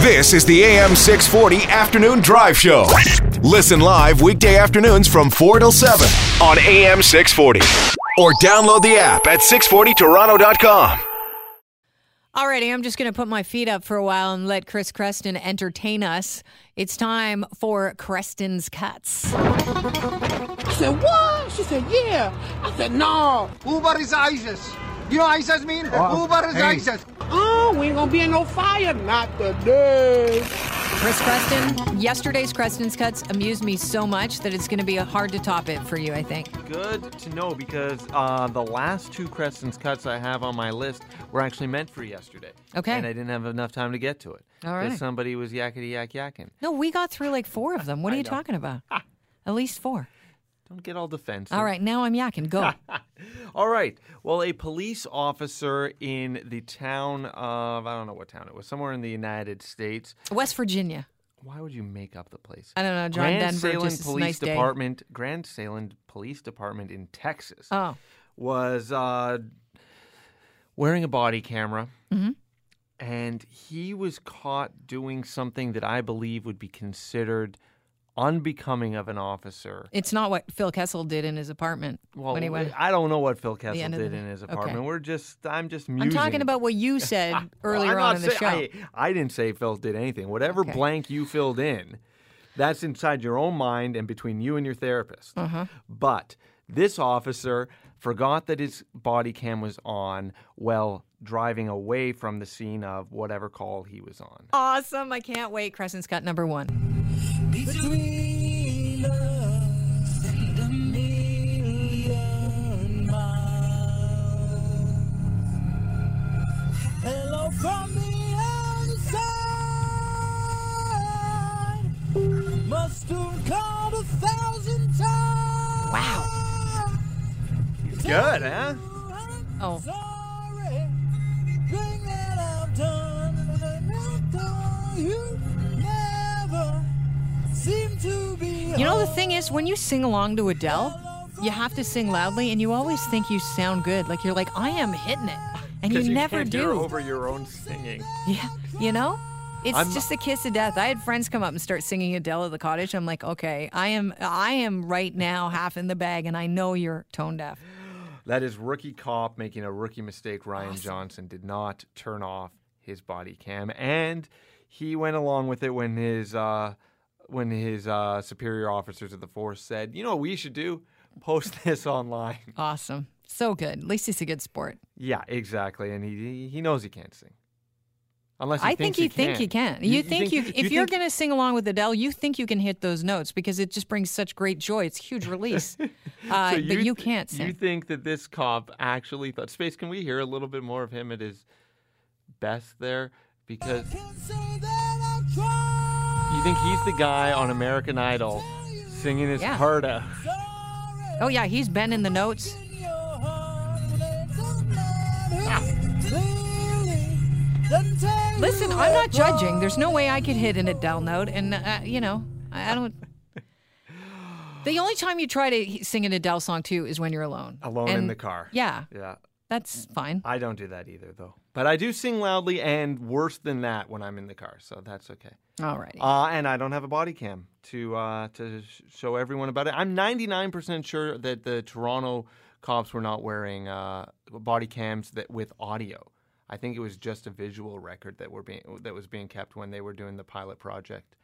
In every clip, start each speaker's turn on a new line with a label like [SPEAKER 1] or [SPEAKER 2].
[SPEAKER 1] This is the AM 640 Afternoon Drive Show. Listen live weekday afternoons from 4 till 7 on AM 640. Or download the app at 640toronto.com.
[SPEAKER 2] Alrighty, I'm just going to put my feet up for a while and let Chris Creston entertain us. It's time for Creston's Cuts.
[SPEAKER 3] I said, what? She said, yeah. I said, no.
[SPEAKER 4] Uber is ISIS. You know what ISIS mean? Uber is ISIS.
[SPEAKER 3] Oh, we ain't gonna be in no fire. Not today.
[SPEAKER 2] Chris Creston, yesterday's Creston's Cuts amused me so much that it's going to be hard to top it for you, I think.
[SPEAKER 5] Good to know because uh, the last two Creston's cuts I have on my list were actually meant for yesterday.
[SPEAKER 2] Okay.
[SPEAKER 5] And I didn't have enough time to get to it.
[SPEAKER 2] All
[SPEAKER 5] 'cause
[SPEAKER 2] right.
[SPEAKER 5] Somebody was yakety yak yakking.
[SPEAKER 2] No, we got through like four of them. What are you talking about? At least four.
[SPEAKER 5] Don't get all defensive.
[SPEAKER 2] All right, now I'm yakking. Go.
[SPEAKER 5] All right. Well, a police officer in the town of, I don't know what town it was, somewhere in the United States.
[SPEAKER 2] West Virginia.
[SPEAKER 5] Why would you make up the place?
[SPEAKER 2] I don't know, John
[SPEAKER 5] Grand
[SPEAKER 2] Denver,
[SPEAKER 5] Salem
[SPEAKER 2] just it's a
[SPEAKER 5] Police
[SPEAKER 2] nice day.
[SPEAKER 5] Department, Grand Salem Police Department in Texas.
[SPEAKER 2] Oh,
[SPEAKER 5] was uh, wearing a body camera.
[SPEAKER 2] Mm-hmm.
[SPEAKER 5] And he was caught doing something that I believe would be considered unbecoming of an officer.
[SPEAKER 2] it's not what Phil Kessel did in his apartment when he went.
[SPEAKER 5] I don't know what Phil Kessel
[SPEAKER 2] end of the
[SPEAKER 5] did
[SPEAKER 2] day.
[SPEAKER 5] in his
[SPEAKER 2] Okay.
[SPEAKER 5] apartment. We're just, I'm just musing.
[SPEAKER 2] I'm talking about what you said
[SPEAKER 5] Well,
[SPEAKER 2] earlier
[SPEAKER 5] I'm
[SPEAKER 2] on
[SPEAKER 5] not
[SPEAKER 2] in the show.
[SPEAKER 5] saying- I, I didn't say Phil did anything. Whatever
[SPEAKER 2] Okay.
[SPEAKER 5] blank you filled in, that's inside your own mind and between you and your therapist.
[SPEAKER 2] Uh-huh.
[SPEAKER 5] But this officer forgot that his body cam was on while driving away from the scene of whatever call he was on.
[SPEAKER 2] Oh, awesome. I can't wait. Crescent's cut number one.
[SPEAKER 3] Hello from the outside. Must have called a thousand times.
[SPEAKER 2] Wow.
[SPEAKER 5] Good, huh?
[SPEAKER 2] Oh.
[SPEAKER 3] Sorry. Thing that I've done. and I know You never seem to be
[SPEAKER 2] You know, the thing is, when you sing along to Adele, you have to sing loudly, and you always think you sound good. Like, you're like, I am hitting it. And you, never
[SPEAKER 5] can't
[SPEAKER 2] do.
[SPEAKER 5] hear over your own singing.
[SPEAKER 2] Yeah, you know, it's
[SPEAKER 5] I'm-
[SPEAKER 2] just the kiss of death. I had friends come up and start singing Adele at the cottage. I'm like, okay, I am, I am right now half in the bag, and I know you're tone deaf.
[SPEAKER 5] That is rookie cop making a rookie mistake. Ryan Johnson did not turn off his body cam, and he went along with it when his uh, when his uh, superior officers of the force said, "You know what we should do? Post this online."
[SPEAKER 2] Awesome, so good. At least he's a good sport.
[SPEAKER 5] yeah, exactly. And he he knows he can't sing, unless he
[SPEAKER 2] I think
[SPEAKER 5] thinks he
[SPEAKER 2] you think
[SPEAKER 5] can.
[SPEAKER 2] you can. You, think, you, if you are going to sing along with Adele, you think you can hit those notes because it just brings such great joy. It's a huge release, uh,
[SPEAKER 5] So
[SPEAKER 2] but you
[SPEAKER 5] th-
[SPEAKER 2] can't
[SPEAKER 5] You
[SPEAKER 2] sing.
[SPEAKER 5] think that this cop actually thought space? Can we hear a little bit more of him at his best there? Because You think he's the guy on American Idol singing his
[SPEAKER 2] Yeah.
[SPEAKER 5] heart out?
[SPEAKER 2] oh yeah, he's bending the notes. Ah. Listen, I'm not judging. There's no way I could hit an Adele note, and uh, you know, I I don't. The only time you try to he- sing an Adele song too is when you're alone.
[SPEAKER 5] Alone in
[SPEAKER 2] And-
[SPEAKER 5] the car.
[SPEAKER 2] Yeah,
[SPEAKER 5] Yeah.
[SPEAKER 2] that's fine.
[SPEAKER 5] I don't do that either, though. But I do sing loudly and worse than that when I'm in the car, so that's okay.
[SPEAKER 2] Alrighty.
[SPEAKER 5] Uh, and I don't have a body cam to uh, to sh- show everyone about it. I'm 99% sure that the Toronto cops were not wearing uh, body cams that with audio. I think it was just a visual record that were being that was being kept when they were doing the pilot project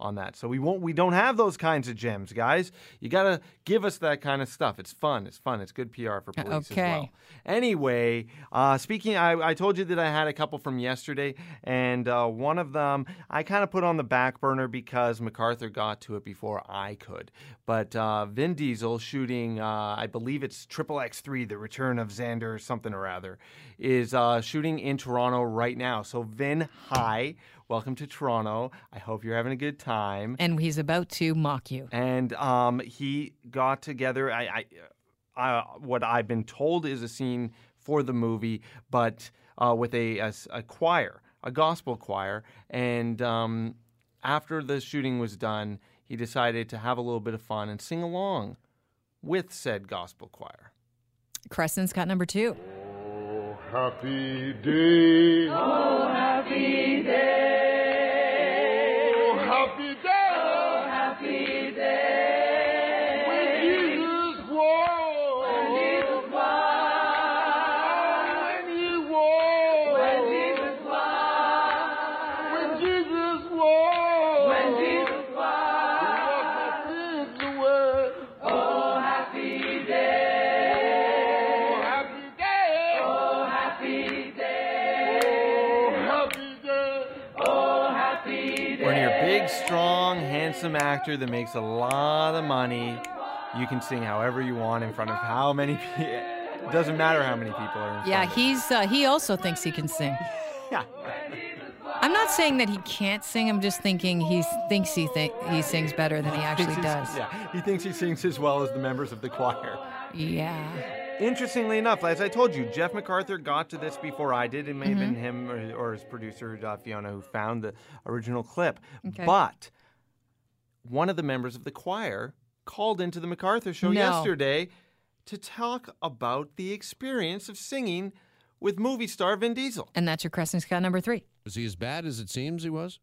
[SPEAKER 5] on that. So we won't we don't have those kinds of gems, guys. You got to give us that kind of stuff. It's fun. It's fun. It's good PR for police
[SPEAKER 2] Okay.
[SPEAKER 5] as well. Anyway, uh, speaking, I, I told you that I had a couple from yesterday, and uh, one of them I kind of put on the back burner because MacArthur got to it before I could. But uh, Vin Diesel shooting, uh, I believe it's Triple X3, The Return of Xander, or something or other, is uh, shooting in Toronto right now. So, Vin, hi. Welcome to Toronto. I hope you're having a good time
[SPEAKER 2] and he's about to mock you.
[SPEAKER 5] and um, he got together. I, I, I, what I've been told is a scene for the movie, but uh, with a, a s- a choir, a gospel choir. And um, after the shooting was done, he decided to have a little bit of fun and sing along with said gospel choir.
[SPEAKER 2] Crescent's got number two.
[SPEAKER 6] Happy day.
[SPEAKER 7] happy day.
[SPEAKER 5] big, strong, handsome actor that makes a lot of money. You can sing however you want in front of how many people. Doesn't matter how many people are. In
[SPEAKER 2] Yeah,
[SPEAKER 5] front of
[SPEAKER 2] he's uh, he also thinks he can sing.
[SPEAKER 5] you. yeah.
[SPEAKER 2] I'm not saying that he can't sing. I'm just thinking he thinks he think he sings better than he actually
[SPEAKER 5] Thinks he's-
[SPEAKER 2] does.
[SPEAKER 5] Yeah, he thinks he sings as well as the members of the choir.
[SPEAKER 2] Yeah.
[SPEAKER 5] Interestingly enough, as I told you, Jeff MacArthur got to this before I did. It may have been
[SPEAKER 2] Mm-hmm.
[SPEAKER 5] him or, or his producer, uh, Fiona, who found the original clip.
[SPEAKER 2] Okay.
[SPEAKER 5] But one of the members of the choir called into the MacArthur show
[SPEAKER 2] No.
[SPEAKER 5] yesterday to talk about the experience of singing with movie star Vin Diesel.
[SPEAKER 2] And that's your Crescent Scott number three.
[SPEAKER 6] Was he as bad as it seems he was?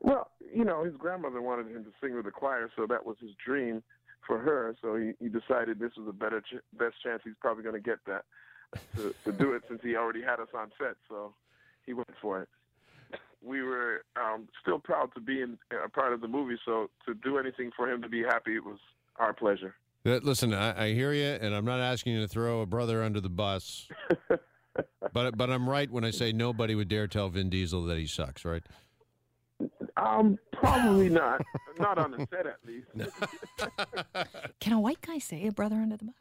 [SPEAKER 7] Well, you know, his grandmother wanted him to sing with the choir, so that was his dream for her. So he, he decided this was the better ch- best chance he's probably going to get that to, to do it since he already had us on set. So he went for it. We were um, still proud to be in, a part of the movie, so to do anything for him to be happy was our pleasure.
[SPEAKER 6] Uh, Listen, I, I hear you, and I'm not asking you to throw a brother under the bus. But, but I'm right when I say nobody would dare tell Vin Diesel that he sucks, right?
[SPEAKER 7] Um, probably not, not on the set at least.
[SPEAKER 2] Can a white guy say a brother under the bus?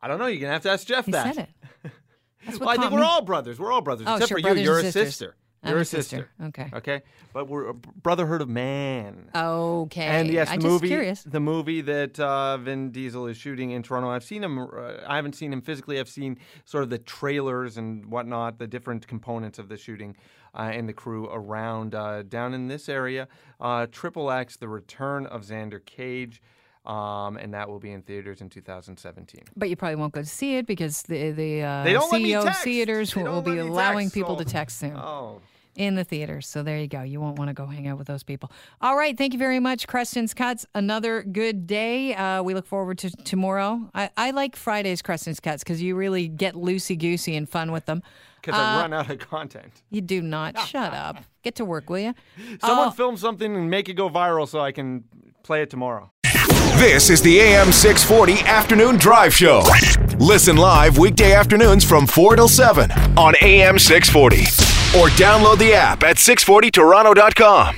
[SPEAKER 5] I don't know. You're going to have to ask Jeff
[SPEAKER 2] He
[SPEAKER 5] that.
[SPEAKER 2] said it. That's what
[SPEAKER 5] Well, I
[SPEAKER 2] caught
[SPEAKER 5] think we're
[SPEAKER 2] me.
[SPEAKER 5] all brothers. We're all brothers.
[SPEAKER 2] Oh,
[SPEAKER 5] Except
[SPEAKER 2] sure,
[SPEAKER 5] for you.
[SPEAKER 2] brothers
[SPEAKER 5] You're
[SPEAKER 2] and
[SPEAKER 5] a
[SPEAKER 2] sisters.
[SPEAKER 5] sister.
[SPEAKER 2] I'm
[SPEAKER 5] You're
[SPEAKER 2] a
[SPEAKER 5] a sister.
[SPEAKER 2] sister.
[SPEAKER 5] Okay. But we're a brotherhood of man.
[SPEAKER 2] Okay.
[SPEAKER 5] And yes,
[SPEAKER 2] I'm
[SPEAKER 5] the movie,
[SPEAKER 2] Just curious.
[SPEAKER 5] the movie that uh, Vin Diesel is shooting in Toronto. I've seen him. Uh, I haven't seen him physically. I've seen sort of the trailers and whatnot, the different components of the shooting uh, and the crew around uh, down in this area. Uh, Triple X: The Return of Xander Cage, um, and that will be in theaters in 2017.
[SPEAKER 2] But you probably won't go to see it because the the uh,
[SPEAKER 5] They don't let me
[SPEAKER 2] CEO of
[SPEAKER 5] text.
[SPEAKER 2] theaters
[SPEAKER 5] They
[SPEAKER 2] will, will
[SPEAKER 5] don't let
[SPEAKER 2] be
[SPEAKER 5] me
[SPEAKER 2] allowing
[SPEAKER 5] text,
[SPEAKER 2] people
[SPEAKER 5] so-
[SPEAKER 2] to text soon
[SPEAKER 5] Oh,
[SPEAKER 2] in the theaters. So there you go. You won't want to go hang out with those people. All right. Thank you very much, Creston Cuts. Another good day. Uh, we look forward to tomorrow. I, I like Friday's Creston Cuts because you really get loosey goosey and fun with them.
[SPEAKER 5] because
[SPEAKER 2] Uh,
[SPEAKER 5] I run out of content.
[SPEAKER 2] You do not.
[SPEAKER 5] Ah.
[SPEAKER 2] Shut up. Get to work, will you?
[SPEAKER 5] Someone film something and make it go viral so I can play it tomorrow.
[SPEAKER 1] This is the AM 640 Afternoon Drive Show. Listen live weekday afternoons from 4 till 7 on AM 640. Or download the app at 640toronto.com.